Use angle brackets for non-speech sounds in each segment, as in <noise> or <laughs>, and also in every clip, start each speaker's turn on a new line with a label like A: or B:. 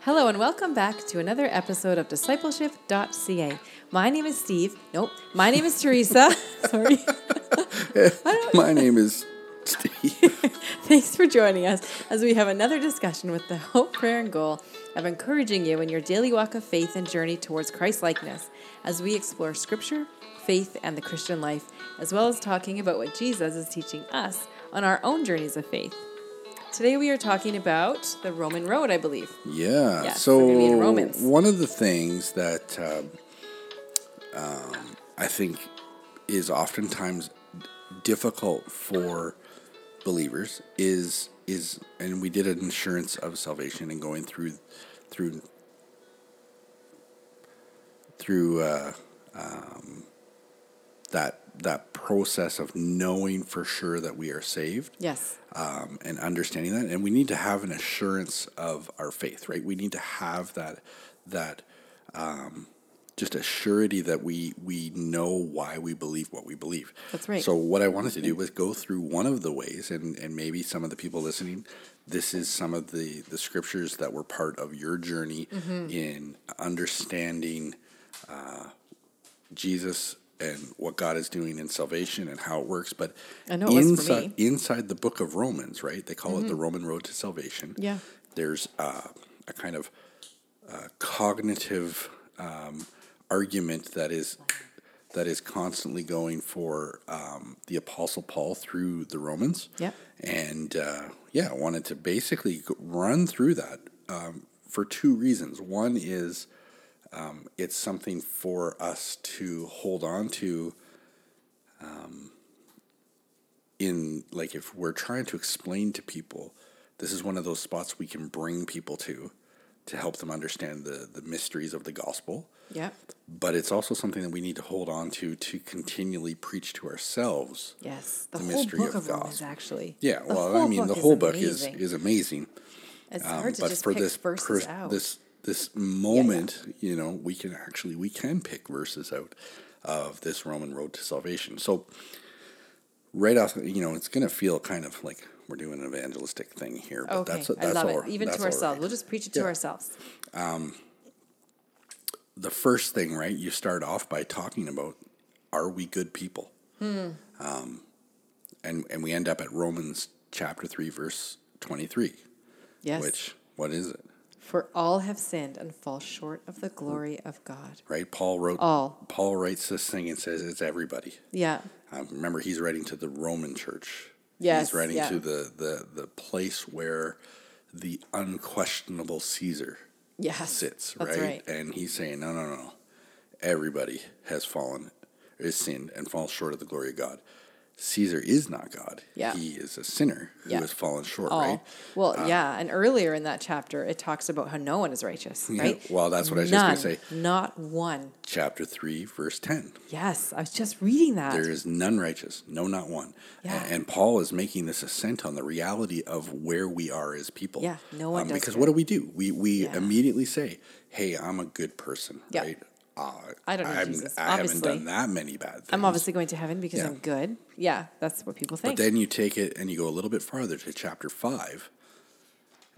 A: Hello and welcome back to another episode of discipleship.ca. My name is Steve. Nope. My name is Teresa. Sorry.
B: <laughs> My name is
A: <laughs>
B: Steve.
A: Thanks for joining us as we have another discussion with the hope, prayer, and goal of encouraging you in your daily walk of faith and journey towards Christ likeness as we explore scripture, faith, and the Christian life, as well as talking about what Jesus is teaching us on our own journeys of faith. Today we are talking about the Roman road, I believe.
B: Yeah.
A: Yes,
B: so
A: we're gonna be in Romans.
B: one of the things that um, um, I think is oftentimes difficult for believers is is and we did an insurance of salvation and going through through through uh, um, that that process of knowing for sure that we are saved.
A: Yes.
B: um, and understanding that. And we need to have an assurance of our faith, right? We need to have that that um, just a surety that we we know why we believe what we believe.
A: That's right.
B: So what I wanted to do was go through one of the ways, and and maybe some of the people listening, this is some of the the scriptures that were part of your journey
A: Mm-hmm.
B: in understanding. uh, Jesus and what God is doing in salvation and how it works. But
A: I know it was for
B: inside,
A: me.
B: inside the book of Romans, right? They call it the Roman road to salvation.
A: Mm-hmm. Yeah.
B: There's uh, a kind of uh, cognitive um, argument that is that is constantly going for um, the Apostle Paul through the Romans.
A: Yep.
B: And uh, yeah, I wanted to basically g- run through that um, for two reasons. One is um, it's something for us to hold on to um, in like if we're trying to explain to people this is one of those spots we can bring people to to help them understand the the mysteries of the gospel
A: Yep.
B: but it's also something that we need to hold on to to continually preach to ourselves
A: Yes. The,
B: The
A: whole
B: mystery
A: book
B: of
A: of,
B: the
A: Romans,
B: gospel.
A: actually.
B: yeah
A: The
B: well
A: whole
B: i mean the
A: book
B: whole book is
A: amazing.
B: is amazing
A: It's
B: um,
A: hard to
B: but
A: just
B: for
A: pick
B: this
A: verses
B: pers-
A: out.
B: this this moment, you know, we can actually we can pick verses out of this Roman road to salvation. So right off, you know, it's going to feel kind of like we're doing an evangelistic thing here, but
A: okay,
B: that's that's
A: I love
B: all
A: it. Even
B: that's
A: to
B: all right.
A: ourselves, we'll just preach it to
B: Yeah.
A: ourselves.
B: The first thing, right? You start off by talking about are we good people?
A: Hmm.
B: Um, and and we end up at Romans chapter 3 verse 23,
A: Yes.
B: which what is it?
A: For all have sinned and fall short of the glory of God.
B: Right? Paul wrote
A: All.
B: Paul writes this thing and says it's everybody.
A: Yeah.
B: Um, remember, he's writing to the Roman church.
A: Yes,
B: he's writing
A: yeah.
B: to the, the the place where the unquestionable Caesar
A: Yes.
B: sits,
A: That's right.
B: And he's saying, no, no, no, everybody has fallen, is sinned, and falls short of the glory of God. Caesar is not God.
A: Yeah.
B: he is a sinner who
A: Yeah.
B: has fallen short.
A: All.
B: Right. Uh,
A: Well, yeah. And earlier in that chapter, it talks about how no one is righteous,
B: Yeah,
A: right?
B: well, that's what I was just
A: None,
B: gonna say.
A: Not one.
B: Chapter three, verse ten.
A: Yes. I was just reading that.
B: There is none righteous, no, not one. A-
A: Yeah.
B: And Paul is making this ascent on the reality of where we are as people. Um,
A: Yeah, no one does
B: Because
A: good.
B: what do we do? We we
A: Yeah.
B: immediately say, "Hey, I'm a good person,"
A: Yeah.
B: right? Uh,
A: I don't need
B: I'm-
A: Jesus,
B: I haven't
A: obviously.
B: done that many bad things.
A: I'm obviously going to heaven because
B: Yeah.
A: I'm good. Yeah. That's what people
B: But
A: think.
B: then you take it and you go a little bit farther to chapter five,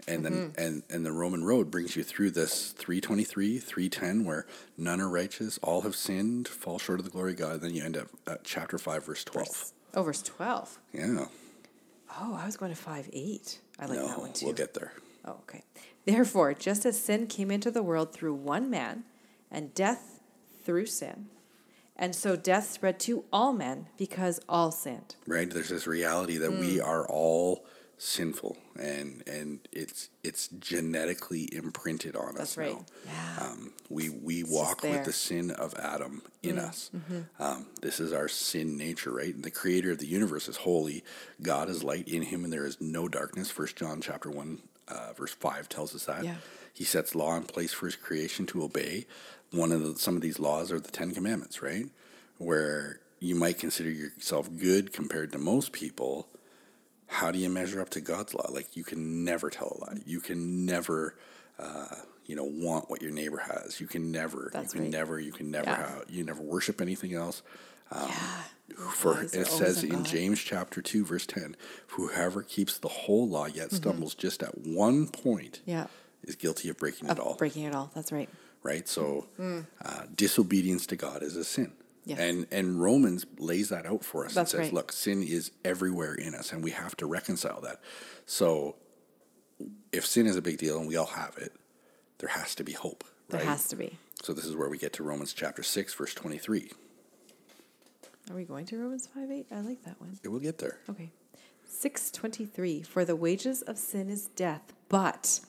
B: and
A: Mm-hmm.
B: then and and the Roman road brings you through this three twenty three three ten where none are righteous, all have sinned, fall short of the glory of God. Then you end up at chapter five, verse twelve.
A: oh, verse 12.
B: Yeah.
A: Oh, I was going to 5 8. I like that
B: No,
A: one too.
B: we'll get there.
A: Oh, okay. Therefore, just as sin came into the world through one man, and death through sin, and so death spread to all men because all sinned.
B: right there's this reality that we
A: Mm.
B: are all sinful and and it's it's genetically imprinted on
A: That's
B: us
A: right.
B: now
A: Yeah.
B: um, we we
A: just
B: walk
A: there.
B: with the sin of adam in us
A: Mm-hmm.
B: um, this is our sin nature right the creator of the universe is holy god is light in him and there is no darkness first john chapter 1 uh, verse 5 tells us that
A: Yeah.
B: he sets law in place for his creation to obey. One of the, some of these laws are the Ten Commandments, right? Where you might consider yourself good compared to most people. How do you measure up to God's law? Like you can never tell a lie. You can never, uh, you know, want what your neighbor has. You can never.
A: That's
B: you can
A: right.
B: never. You can never
A: Yeah.
B: have. You never worship anything else. Um,
A: yeah.
B: For
A: Eyes are
B: it
A: always
B: says
A: on
B: in
A: God.
B: James chapter two verse ten, whoever keeps the whole law yet stumbles just at one point
A: Mm-hmm. Yeah.
B: is guilty of breaking
A: Of
B: it all.
A: Oh, breaking it all. That's right.
B: right? So uh, disobedience to God is a sin.
A: Yes.
B: And and Romans lays that out for us
A: That's
B: and says,
A: right.
B: look, sin is everywhere in us and we have to reconcile that. So if sin is a big deal and we all have it, there has to be hope,
A: There
B: right?
A: has to be.
B: So this is where we get to Romans chapter 6 verse 23.
A: Are we going to Romans 5 8? I like that one.
B: It will get there.
A: Okay. 623 For the wages of sin is death, but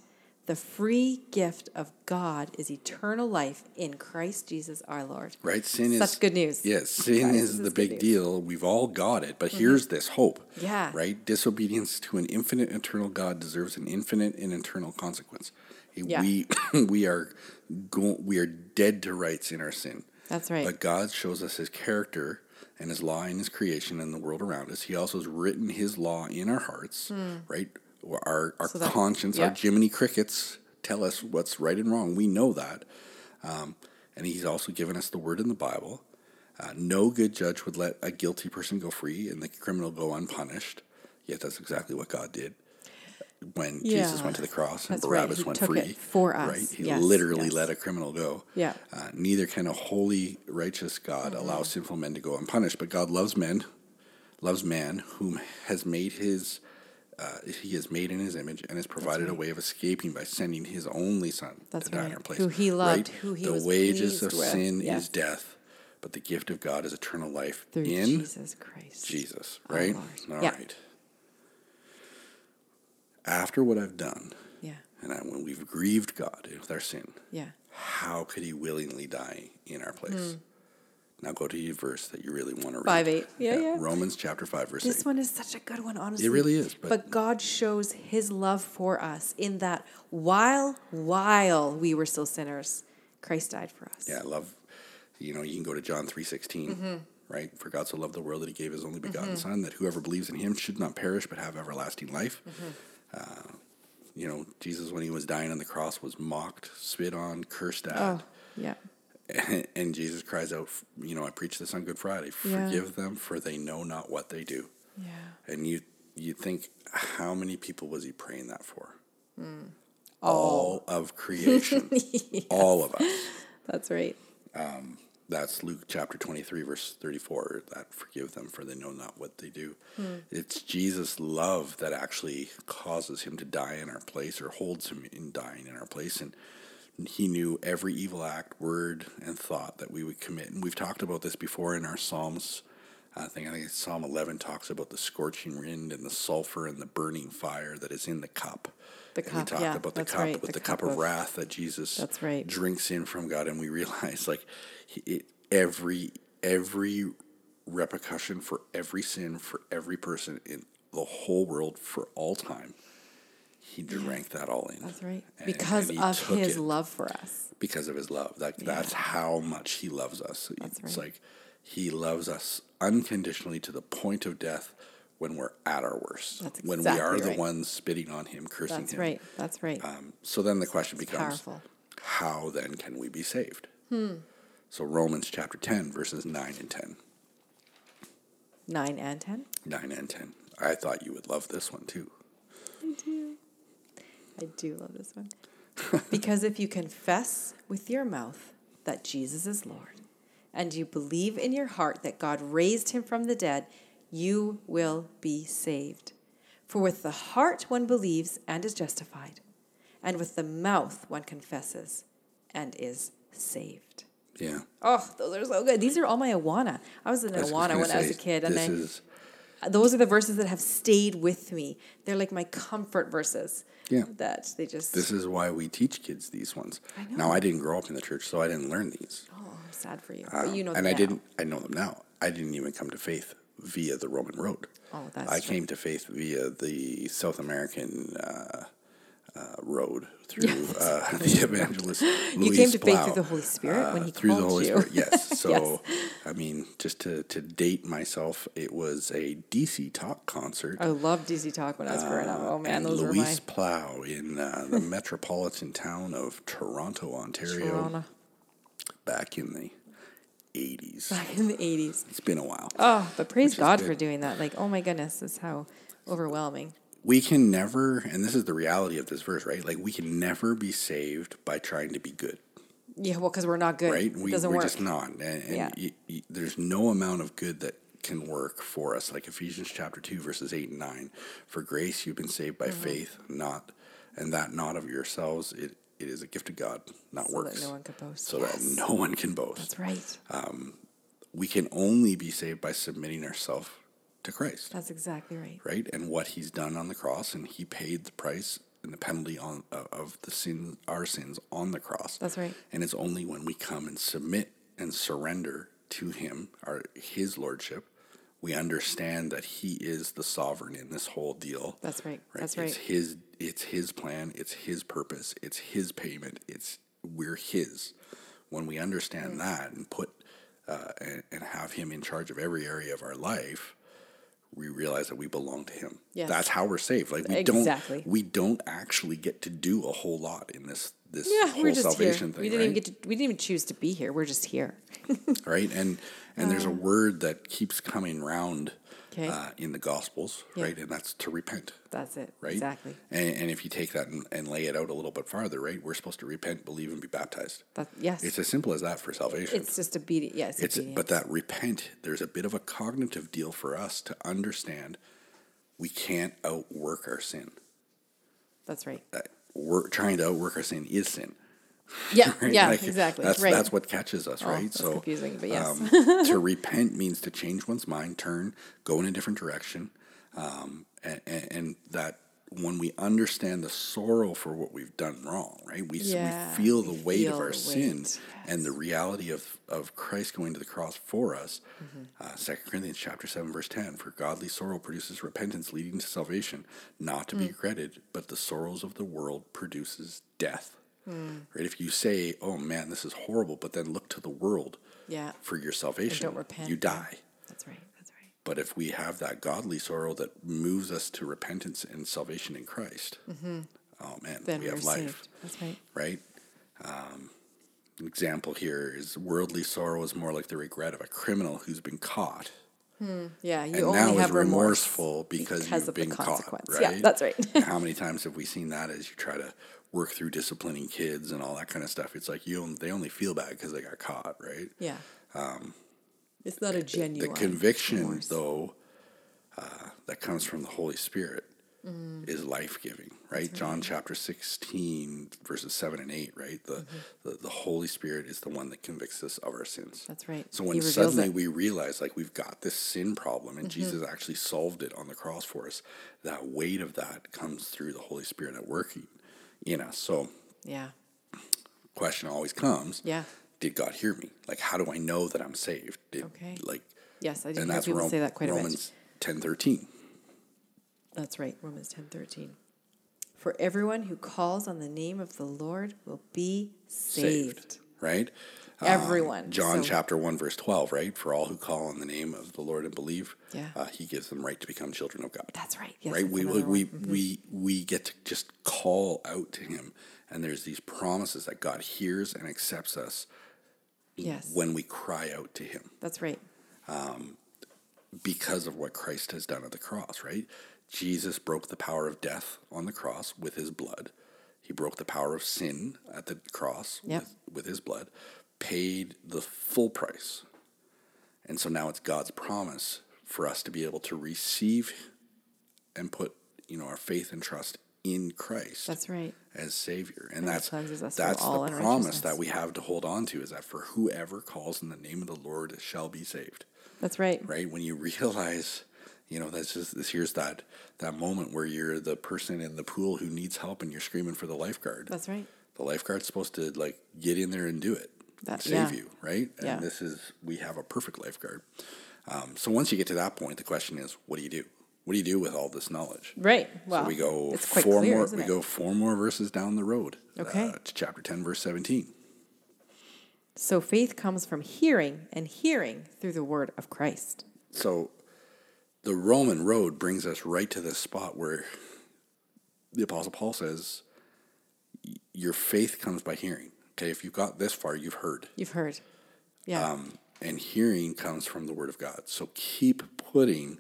A: the free gift of God is eternal life in Christ Jesus our Lord.
B: Right? Sin
A: Such
B: is
A: good news.
B: Yes, sin
A: Guys,
B: is
A: this
B: the
A: is
B: big
A: good news. Mm-hmm.
B: deal. We've all got it, but here's this hope.
A: Yeah.
B: Right? Disobedience to an infinite eternal God deserves an infinite and eternal consequence.
A: Yeah.
B: We <laughs> we are go, we are dead to rights in our sin.
A: That's right.
B: But God shows us his character and his law in his creation and the world around us. He also has written his law in our hearts, right? Our our
A: Hmm. So that-
B: conscience, our
A: yeah.
B: Jiminy crickets tell us what's right and wrong. We know that. Um, and he's also given us the word in the Bible. Uh, no good judge would let a guilty person go free and the criminal go unpunished. Yet that's exactly what God did when Jesus
A: Yeah.
B: went to the cross and
A: That's right.
B: Barabbas
A: He
B: went
A: took
B: free.
A: it for us.
B: Right? He
A: Yes,
B: literally
A: yes.
B: let a criminal go.
A: Yeah. Mm-hmm.
B: Uh, neither can a holy, righteous God allow sinful men to go unpunished. But God loves men, loves man, whom has made his, uh, he has made in his image, and has provided a way of escaping by sending his only son
A: That's
B: to die in
A: right.
B: our place.
A: Who he loved, who he
B: The
A: was
B: wages of
A: pleased with.
B: sin
A: Yes.
B: is death, but the gift of God is eternal life
A: Through
B: in
A: Jesus Christ.
B: Jesus,
A: Our
B: right? All right.
A: Lord. Yeah.
B: After what I've done,
A: Yeah.
B: and I, when we've grieved God with our sin,
A: Yeah.
B: how could he willingly die in our place?
A: Hmm.
B: Now go to your verse that you really want to read.
A: 5:8. Yeah, yeah.
B: Romans chapter 5, verse
A: This
B: 8.
A: one is such a good one, honestly.
B: really is, but-
A: God shows his love for us in that while while we were still sinners, Christ died for us.
B: Yeah, I love, you know, you can go to John 3, 16,
A: Mm-hmm.
B: right? For God so loved the world that he gave his only begotten son, that whoever believes in him should not perish but have everlasting life.
A: Mm-hmm.
B: Uh, you know, Jesus, when he was dying on the cross, was mocked, spit on, cursed at.
A: Oh, yeah.
B: and, <laughs> and Jesus cries out, f- you know, I preach this on Good Friday.
A: Yeah.
B: Forgive them, for they know not what they do.
A: Yeah.
B: And you you think, how many people was he praying that for? All of creation, all of us.
A: That's right.
B: That's Luke chapter twenty three, verse thirty four. That forgive them, for they know not what they do.
A: Hmm.
B: It's Jesus' love that actually causes him to die in our place, or holds him in dying in our place, and. He knew every evil act, word, and thought that we would commit. And we've talked about this before in our Psalms I think I think it's Psalm 11 talks about the scorching wind and the sulfur and the burning fire that is in the cup.
A: The
B: and
A: cup,
B: we talked
A: yeah,
B: about the
A: that's
B: cup
A: right,
B: with the,
A: the
B: cup,
A: cup
B: of,
A: of-
B: wrath that Jesus
A: That's right.
B: drinks in from God, and we realize like he- it, every every repercussion for every sin for every person in the whole world for all time. He drank that all in.
A: That's right.
B: And-
A: Because
B: and he
A: of
B: took
A: his
B: it
A: love for us.
B: because of his love. Like that's how much he loves us. it's
A: right.
B: like he loves us unconditionally to the point of death when we're at our worst.
A: That's
B: when we are
A: exactly
B: the
A: right.
B: ones spitting on him, cursing
A: That's
B: him.
A: right. That's right.
B: Um, so then the question becomes
A: powerful. Hmm.
B: how then can we be saved? So Romans chapter 10 verses 9 and 10.
A: 9 and 10.
B: 9 and 10. I thought you would love this one too.
A: I do. I do love this one. because if you confess with your mouth that Jesus is Lord and you believe in your heart that God raised him from the dead, you will be saved. For with the heart one believes and is justified, and with the mouth one confesses and is saved.
B: Yeah.
A: Oh, those are so good. These are all my Awana. I was in
B: I was just
A: Awana
B: gonna
A: when I was
B: say,
A: a kid, and
B: this
A: I,
B: is
A: those are the verses that have stayed with me. They're like my comfort verses.
B: Yeah.
A: That they just.
B: this is why we teach kids these ones.
A: I know.
B: Now I didn't grow up in the church, so I didn't learn these.
A: oh, I'm sad for you.
B: Um,
A: but you know. them
B: and I
A: now.
B: didn't. I know them now. I didn't even come to faith via the Roman road.
A: Oh, that's
B: I
A: true.
B: came to faith via the South American uh, uh, road through uh, <laughs> the evangelist Luis
A: came to faith
B: Blau, uh,
A: through the Holy Spirit when he
B: through the
A: called
B: Holy
A: you.
B: Spirit.
A: <laughs>
B: Yes. So, I mean, just to to date myself, it was a DC Talk concert.
A: I loved Dizzy Talk when I was growing up. Oh man,
B: Uh, and
A: those were my
B: Luis Plow in uh,
A: <laughs>
B: the metropolitan town of Toronto, Ontario,
A: Toronto
B: back in the
A: <laughs>
B: 80s.
A: back in the '80s.
B: It's been a while.
A: Oh, but praise
B: is
A: God
B: good.
A: for doing that. Like, oh my goodness, is how overwhelming.
B: we can never, and this is the reality of this verse, right? Like we can never be saved by trying to be good,
A: Yeah, well, because we're not good.
B: right?
A: it
B: We,
A: doesn't
B: we're
A: work.
B: just not. And, and
A: Yeah.
B: y- y- there's no amount of good that can work for us. Like Ephesians chapter 2, verses 8 and 9. For grace, you've been saved
A: Mm-hmm.
B: by faith, not, and that not of yourselves. It, it is a gift of God, not
A: so
B: works.
A: that no one could boast.
B: so
A: yes.
B: that no one can boast
A: That's right.
B: we can only be saved by submitting ourselves to Christ,
A: That's exactly right.
B: right? And what He's done on the cross, and He paid the price and the penalty on uh, of the sin, our sins on the cross.
A: That's right.
B: And it's only when we come and submit and surrender to Him, our His lordship, we understand that He is the sovereign in this whole deal.
A: That's right. That's
B: It's
A: right.
B: His. It's His plan. It's His purpose. It's His payment. It's we're His. When we understand that and put uh, and, and have Him in charge of every area of our life, we realize that we belong to Him.
A: Yes.
B: That's how we're saved. Like we
A: Exactly.
B: don't. We don't actually get to do a whole lot in this this
A: Yeah,
B: whole
A: we're just here.
B: salvation thing.
A: we didn't
B: right?
A: even get to. We didn't even choose to be here. We're just here. <laughs>
B: right? And and there's a
A: Um.
B: word that keeps coming round
A: 'Kay.
B: uh, in the Gospels,
A: Yeah.
B: right? And that's to repent,
A: That's it.
B: right?
A: Exactly.
B: And, and if you take that and, and lay it out a little bit farther, right? We're supposed to repent, believe, and be baptized.
A: That yes.
B: It's
A: It's,
B: as simple as that for salvation.
A: just obedient. Yes.
B: It's
A: obedient.
B: but that repent. There's a bit of a cognitive deal for us to understand. We can't outwork our sin.
A: That's right.
B: Uh, We're trying to outwork our sin is sin.
A: Yeah.
B: <laughs> right?
A: Yeah.
B: Like,
A: exactly.
B: That's
A: right.
B: that's what catches us,
A: Oh,
B: right?
A: that's confusing, but yes. <laughs>
B: um, to repent means to change one's mind, turn, go in a different direction, um, and, and, and that when we understand the sorrow for what we've done wrong, right? We, s-
A: Yeah,
B: we feel
A: we
B: the weight
A: feel
B: of our
A: the
B: sin
A: weight,
B: and the reality of of Christ going to the cross for us.
A: Mm-hmm.
B: Uh, Second Corinthians chapter seven verse ten: For godly sorrow produces repentance, leading to salvation, not
A: Mm.
B: to be regretted, but the sorrows of the world produces death.
A: Mm.
B: Right? If you say, "Oh man, this is horrible," but then look to the world
A: yeah.
B: for your salvation,
A: repent,
B: you
A: yeah.
B: die.
A: That's right. That's right.
B: But if we have that godly sorrow that moves us to repentance and salvation in Christ, oh man,
A: Mm-hmm. Then
B: we
A: we are
B: have life,
A: saved. That's right.
B: right? Um, an example here is worldly sorrow is more like the regret of a criminal who's been caught
A: Yeah. You
B: and
A: only
B: now
A: have remorse
B: is remorseful because,
A: because
B: you've
A: of the
B: been caught,
A: consequence.
B: right?
A: Yeah, that's
B: <laughs>
A: right. <laughs>
B: How many times have we seen that as you try to work through disciplining kids and all that kind of stuff? It's like you on- they only feel bad because they got caught, right?
A: Yeah. Um, it's not a
B: the
A: genuine.
B: conviction
A: remorse.
B: though uh, that comes from the holy spirit
A: Mm-hmm.
B: is life-giving right? john chapter 16 verses 7 and 8 right the, the the holy spirit is the one that convicts us of our sins
A: Mm-hmm. That's right.
B: so
A: He
B: when
A: reveals
B: suddenly
A: it. Mm-hmm.
B: we realize like we've got this sin problem and jesus actually solved it on the cross for us that weight of that comes through the holy spirit at working in us so
A: Yeah.
B: question always comes
A: Yeah.
B: did god hear me like how do i know that i'm saved did,
A: Okay.
B: like
A: Yes, I do
B: and
A: hear
B: that's
A: people
B: Rom-
A: say that quite a bit.
B: Romans ten thirteen.
A: That's right, Romans ten thirteen. For everyone who calls on the name of the Lord will be saved.
B: Saved. Right? Um,
A: Everyone.
B: John
A: So-
B: chapter 1, verse 12, right? For all who call on the name of the Lord and believe,
A: Yeah.
B: uh, he gives them right to become children of God.
A: That's right. Yes,
B: right?
A: that's
B: We, we,
A: another
B: we,
A: one. Mm-hmm.
B: we, we get to just call out to him. And there's these promises that God hears and accepts us
A: Yes.
B: when we cry out to him.
A: that's right.
B: because of what Christ has done at the cross, right? Jesus broke the power of death on the cross with his blood. He broke the power of sin at the cross
A: Yep.
B: with, with his blood, paid the full price. And so now it's God's promise for us to be able to receive and put, you know, our faith and trust in Christ
A: That's right.
B: as Savior. And that's
A: cleanses us from
B: that's
A: all
B: the promise
A: unrighteousness.
B: that we have to hold on to is that for whoever calls in the name of the Lord shall be saved
A: That's right.
B: right? When you <laughs> realize, you know, that's just this here's that that moment where you're the person in the pool who needs help and you're screaming for the lifeguard.
A: That's right.
B: the lifeguard's supposed to like get in there and do it,
A: That-
B: save
A: yeah.
B: you, right? And
A: Yeah.
B: this is we have a perfect lifeguard. Um, so once you get to that point, the question is, what do you do? What do you do with all this knowledge?
A: Right. Well,
B: so we go
A: It's quite
B: four
A: clear,
B: more.
A: isn't
B: We
A: it?
B: go four more verses down the road.
A: Okay.
B: uh, to chapter ten, verse seventeen.
A: So faith comes from hearing, and hearing through the word of Christ.
B: so the Roman road brings us right to this spot where the Apostle Paul says, "Y- Your faith comes by hearing. Okay, if you've got this far, you've heard.
A: You've heard. Yeah.
B: Um, and hearing comes from the Word of God. So keep putting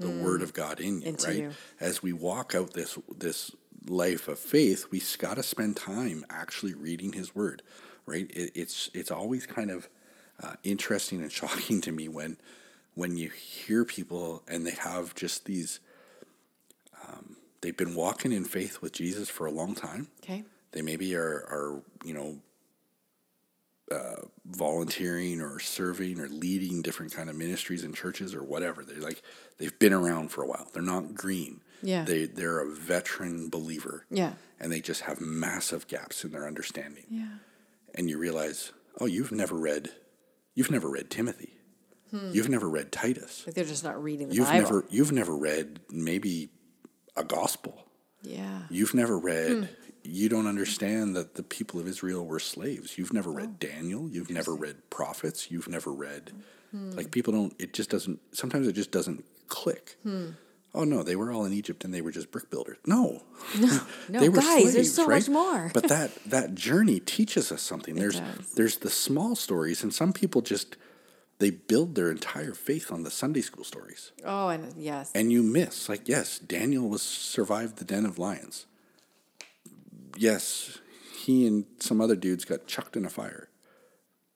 B: the word of God in
A: Mm.
B: you,
A: Into
B: right?
A: you.
B: As we walk out this this life of faith, we got to spend time actually reading His Word, right? It, it's it's always kind of uh, interesting and <laughs> shocking to me when when you hear people and they have just these. Um, they've been walking in faith with Jesus for a long time,
A: Okay.
B: they maybe are are you know uh, volunteering or serving or leading different kind of ministries and churches or whatever they're like they've been around for a while they're not green
A: Yeah.
B: they they're a veteran believer
A: Yeah.
B: and they just have massive gaps in their understanding
A: Yeah.
B: and you realize oh you've never read you've never read Timothy you've never read Titus
A: Like they're just not reading the
B: you've
A: Hmm. Bible.
B: never you've never read maybe a gospel
A: yeah. Hmm.
B: You've never read. You don't understand that the people of Israel were slaves. You've never
A: Oh.
B: read Daniel. You've never read prophets. You've never read.
A: Hmm.
B: Like people don't. It just doesn't. Sometimes it just doesn't click.
A: Hmm.
B: Oh no, they were all in Egypt and they were just brick builders. No,
A: <laughs>
B: <laughs>
A: No, guys, there's so much more.
B: but
A: <laughs>
B: that that journey teaches us something. There's
A: does.
B: there's the small stories, and some people just they build their entire faith on the Sunday school stories
A: Oh, and yes.
B: and you miss. Like, yes, Daniel was survived the den of lions. Yes, he and some other dudes got chucked in a fire.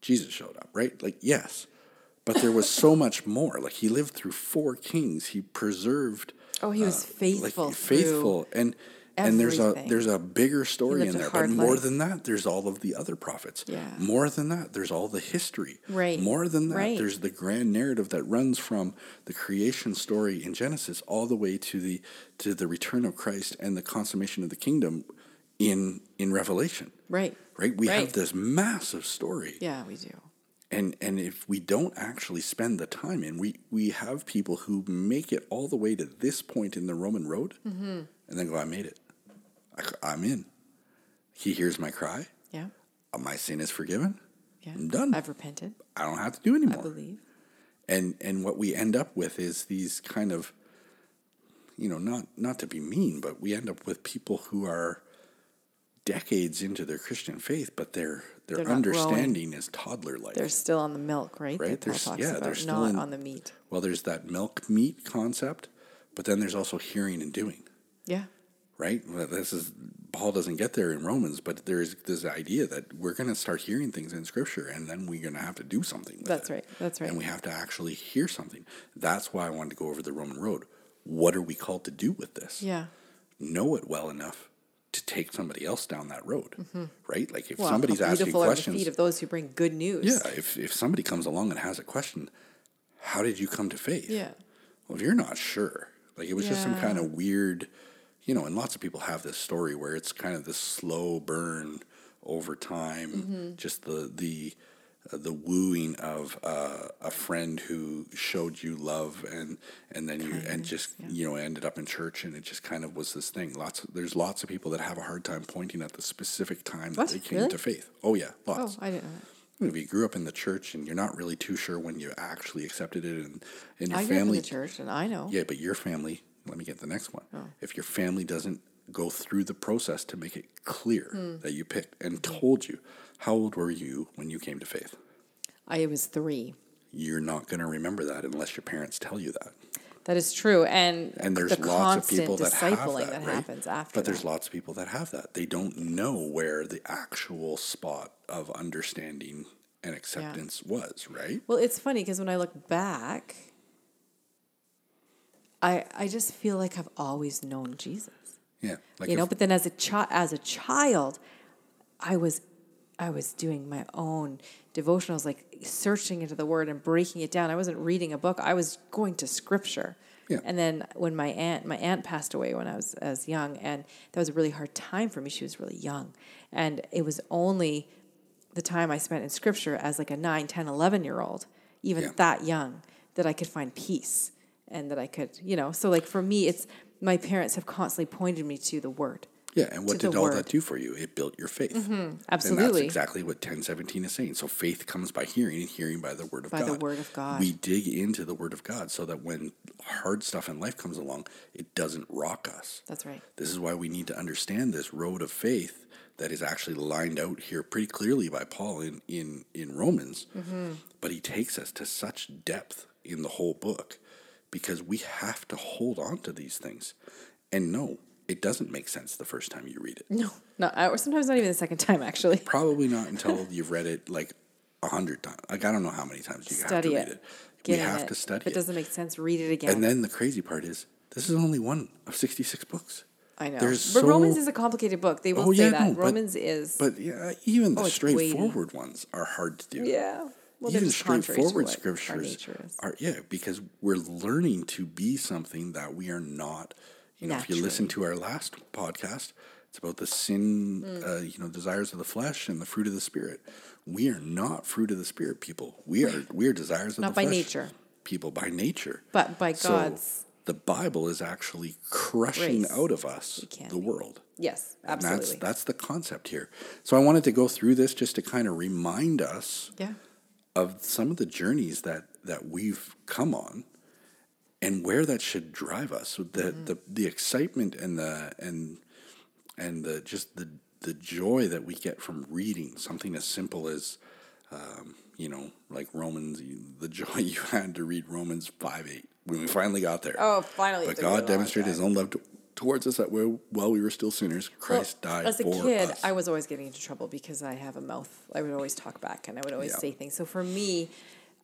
B: Jesus showed up, right? Like, yes. But there was so much more. Like he lived through four kings. He preserved
A: oh, he was faithful.
B: Uh, like
A: through-
B: faithful and and there's a
A: everything.
B: there's a bigger story
A: lived
B: in
A: a
B: there but
A: hard
B: more
A: life.
B: than that there's all of the other prophets
A: Yeah.
B: more than that there's all the history
A: Right.
B: more than that
A: Right.
B: there's the grand narrative that runs from the creation story in genesis all the way to the to the return of christ and the consummation of the kingdom in in revelation
A: Right.
B: right we
A: Right.
B: have this massive story
A: Yeah, we do.
B: and and if we don't actually spend the time in we we have people who make it all the way to this point in the roman road
A: Mm-hmm.
B: and then go i made it I, am in he hears my cry Uh,
A: Yeah.
B: my sin is forgiven
A: Yeah.
B: i'm done I've,
A: I've repented,
B: i do not have to do
A: I
B: anymore
A: believe.
B: and and what we end up with is these kind of you know not not to be mean but we end up with people who are decades into their christian faith but their their
A: They're not growing.
B: understanding is toddler like
A: They're still on the milk, right?
B: Right,
A: That Paul
B: there's-
A: talks
B: yeah,
A: about,
B: they're still
A: not
B: in-
A: on the meat.
B: Well, there's that milk meat concept, but then there's also hearing and doing,
A: Yeah.
B: right? Well, This is Paul doesn't get there in Romans, but there is this idea that we're going to start hearing things in Scripture, and then we're going to have to do something. With
A: That's
B: it.
A: right. That's right.
B: And we have to actually hear something. That's why I wanted to go over the Roman road. What are we called to do with this?
A: Yeah.
B: Know it well enough to take somebody else down that road, right? Like if
A: Mm-hmm. Well,
B: somebody's
A: how
B: asking
A: beautiful are the
B: questions,
A: feet of those who bring good news.
B: yeah. If if somebody comes along and has a question, how did you come to faith?
A: Yeah.
B: well, if you're not sure, like it was just some
A: Yeah.
B: kind of weird, you know, and lots of people have this story where it's kind of this slow burn over time,
A: Mm-hmm.
B: just the the uh, the wooing of uh, a friend who showed you love and and then you and just you know ended up in church and it just kind of was this thing. Lots there's lots of people that have a hard time pointing at the specific time
A: What?
B: that they came
A: Really?
B: to faith. Oh yeah, lots
A: Oh, I didn't know that.
B: if you grew up in the church and you're not really too sure when you actually accepted it and, and your
A: I grew up in
B: family
A: the church, and I know.
B: yeah but your family let me get the next one
A: Oh.
B: if your family doesn't go through the process to make it clear
A: Hmm.
B: that you picked and told you how old were you when you came to faith
A: I was three.
B: you're not going to remember that unless your parents tell you that
A: That is true, and
B: and there's
A: the
B: lots of
A: constant
B: people that have
A: discipling
B: that,
A: that,
B: right?
A: happens after.
B: but there's
A: that.
B: lots of people that have that they don't know where the actual spot of understanding and acceptance was right
A: well, it's funny because when I look back, I I just feel like I've always known Jesus,
B: yeah like
A: you
B: if-
A: know. But then as a child, as a child, I was I was doing my own devotionals, like searching into the Word and breaking it down. I wasn't reading a book; I was going to Scripture.
B: Yeah.
A: And then when my aunt, my aunt passed away when I was as young, and that was a really hard time for me. She was really young, and it was only the time I spent in Scripture as like a 9, 10, 11 year old, even
B: Yeah.
A: that young, that I could find peace and that I could, you know. So like for me, it's my parents have constantly pointed me to the Word.
B: Yeah, and what
A: to the
B: did all
A: word. Mm-hmm.
B: that do for you? It built your faith. And that's
A: absolutely.
B: exactly what 1017 is saying. So faith comes by hearing, and hearing by the word of
A: By
B: God.
A: the word of God.
B: We dig into the word of God so that when hard stuff in life comes along, it doesn't rock us.
A: That's right.
B: This is why we need to understand this road of faith that is actually lined out here pretty clearly by Paul in
A: Mm-hmm.
B: in in Romans. But he takes us to such depth in the whole book because we have to hold on to these things. And no, it doesn't make sense the first time you read it.
A: No, not or sometimes not even the second time actually.
B: Probably
A: <laughs>
B: not until you've read it like a hundred times. Like I don't know how many times you
A: Study
B: have to read
A: it.
B: it.
A: Get
B: we
A: in
B: have
A: it.
B: to study
A: If it
B: it.
A: doesn't make sense, read it again.
B: And then the crazy part is this is only one of sixty six books.
A: I know.
B: There's
A: but
B: so-
A: Romans is a complicated book. They will
B: Oh,
A: say
B: yeah,
A: that.
B: no, but-
A: Romans is
B: But yeah, even the
A: Oh, it's weighty.
B: straightforward ones are hard to do.
A: yeah. Well, they're
B: even
A: just contrary to
B: straightforward
A: what our
B: scriptures
A: nature is.
B: are yeah because we're learning to be something that we are not you know if you listen to our last podcast it's about the sin
A: Mm.
B: uh, you know desires of the flesh and the fruit of the spirit we are not fruit of the spirit people we are we are desires of
A: Not
B: the
A: by
B: flesh
A: nature.
B: people by nature
A: But by
B: So
A: God's-
B: the bible is actually crushing
A: Grace.
B: out of us
A: can't
B: the
A: be.
B: world
A: Yes,
B: and that's
A: absolutely.
B: that's the concept here so i wanted to go through this just to kind of remind us
A: yeah.
B: of some of the journeys that that we've come on and where that should drive us So the
A: Mm-hmm.
B: the, the excitement and the and and the just the the joy that we get from reading something as simple as um, you know like romans you- the <laughs> joy you had to read romans 5 8 when we finally got there
A: Oh, finally. it
B: but
A: took me a
B: god
A: long
B: demonstrated
A: time.
B: his own love to, towards us that while while we were still sinners christ
A: Well,
B: died
A: as a
B: for
A: kid
B: us
A: i was always getting into trouble because i have a mouth i would always talk back and i would always
B: Yeah.
A: say things so for me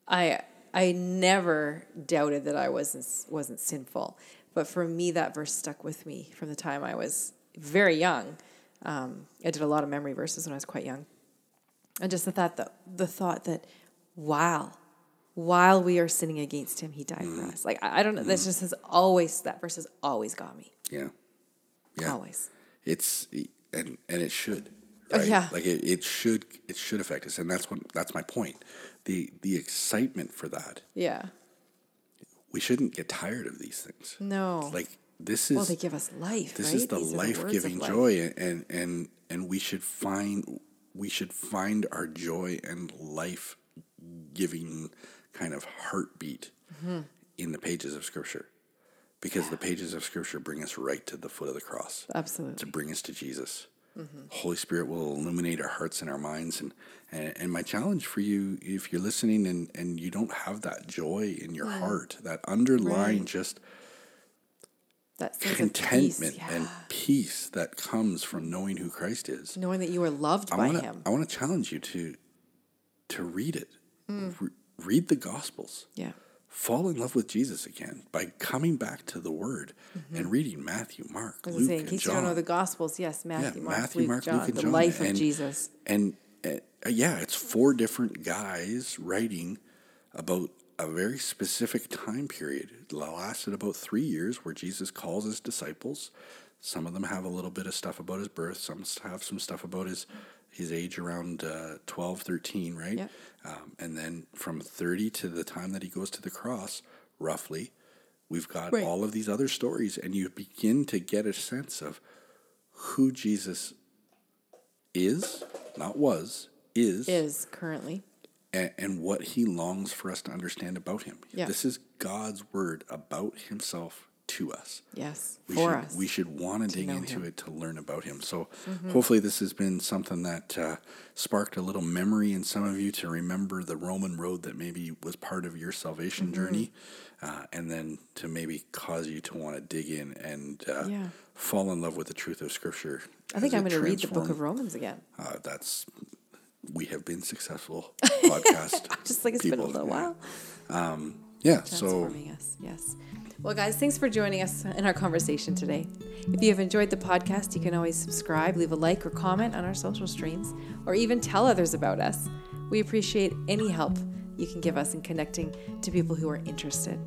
A: i i never doubted that i wasn't wasn't sinful but for me that verse stuck with me from the time i was very young um, i did a lot of memory verses when i was quite young and just the thought that the thought that while while we are sinning against him he died
B: Mm.
A: for us like i, I don't know That just has always that verse has always got me
B: yeah yeah
A: always
B: it's and and it should
A: Oh,
B: right?
A: yeah.
B: like it, it should it should affect us and that's what that's my point the the excitement for that
A: yeah
B: we shouldn't get tired of these things
A: no
B: like this is
A: Well, they give us life.
B: this
A: right?
B: is the
A: These are words of
B: life giving
A: life.
B: joy and and and we should find we should find our joy and life giving kind of heartbeat
A: Mm-hmm.
B: in the pages of scripture because the pages of scripture bring us right to the foot of the cross to
A: Absolutely.
B: bring us to Jesus. Holy Spirit will illuminate our hearts and our minds. And, and, and my challenge for you, if you're listening and, and you don't have that joy in
A: Mm.
B: your heart, that underlying just
A: That sense of peace,
B: contentment
A: yeah.
B: and peace that comes from knowing who Christ is,
A: knowing that you are loved
B: I
A: by
B: want to
A: Him.
B: I want to challenge you to to read it,
A: Mm.
B: Re- read the Gospels
A: Yeah.
B: fall in love with Jesus again by coming back to the Word and reading Matthew, Mark,
A: Mm-hmm. I was
B: Luke,
A: saying, in
B: and
A: case
B: John.
A: you don't know the Gospels, yes, Matthew, Mark, Luke, John, the life of Jesus.
B: And uh, yeah, it's four different guys writing about a very specific time period. It lasted about three years, where Jesus calls his disciples. Some of them have a little bit of stuff about his birth. Some s- have some stuff about his his age around uh, 12, 13, right?
A: Yep.
B: Um, and then from 30 to the time that he goes to the cross, roughly, we've got
A: Right.
B: all of these other stories, and you begin to get a sense of who Jesus is, not was, is,
A: Is currently
B: And, and what he longs for us to understand about him.
A: Yeah.
B: This is God's word about himself to us.
A: yes
B: We
A: for
B: should,
A: us.
B: We should want to dig
A: know
B: into
A: him. Mm-hmm.
B: it to learn about him. So hopefully this has been something that uh, sparked a little memory in some of you to remember the Roman road that maybe was part of your salvation
A: Mm-hmm.
B: journey, uh, and then to maybe cause you to want to dig in and uh,
A: Yeah.
B: fall in love with the truth of Scripture.
A: I think
B: as
A: I'm
B: it
A: going to read the Book
B: transforms-
A: of Romans again.
B: uh, that's we have been
A: <laughs>
B: successful podcast.
A: Just like it's
B: people.
A: been a little while.
B: Yeah. So
A: transforming us. Yes. Well, guys, thanks for joining us in our conversation today. If you have enjoyed the podcast, you can always subscribe, leave a like or comment on our social streams, or even tell others about us. We appreciate any help you can give us in connecting to people who are interested.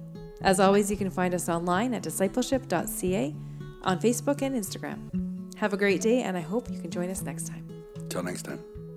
A: As always, you can find us online at discipleship.ca on Facebook and Instagram. Have a great day, and I hope you can join us next time.
B: till next time.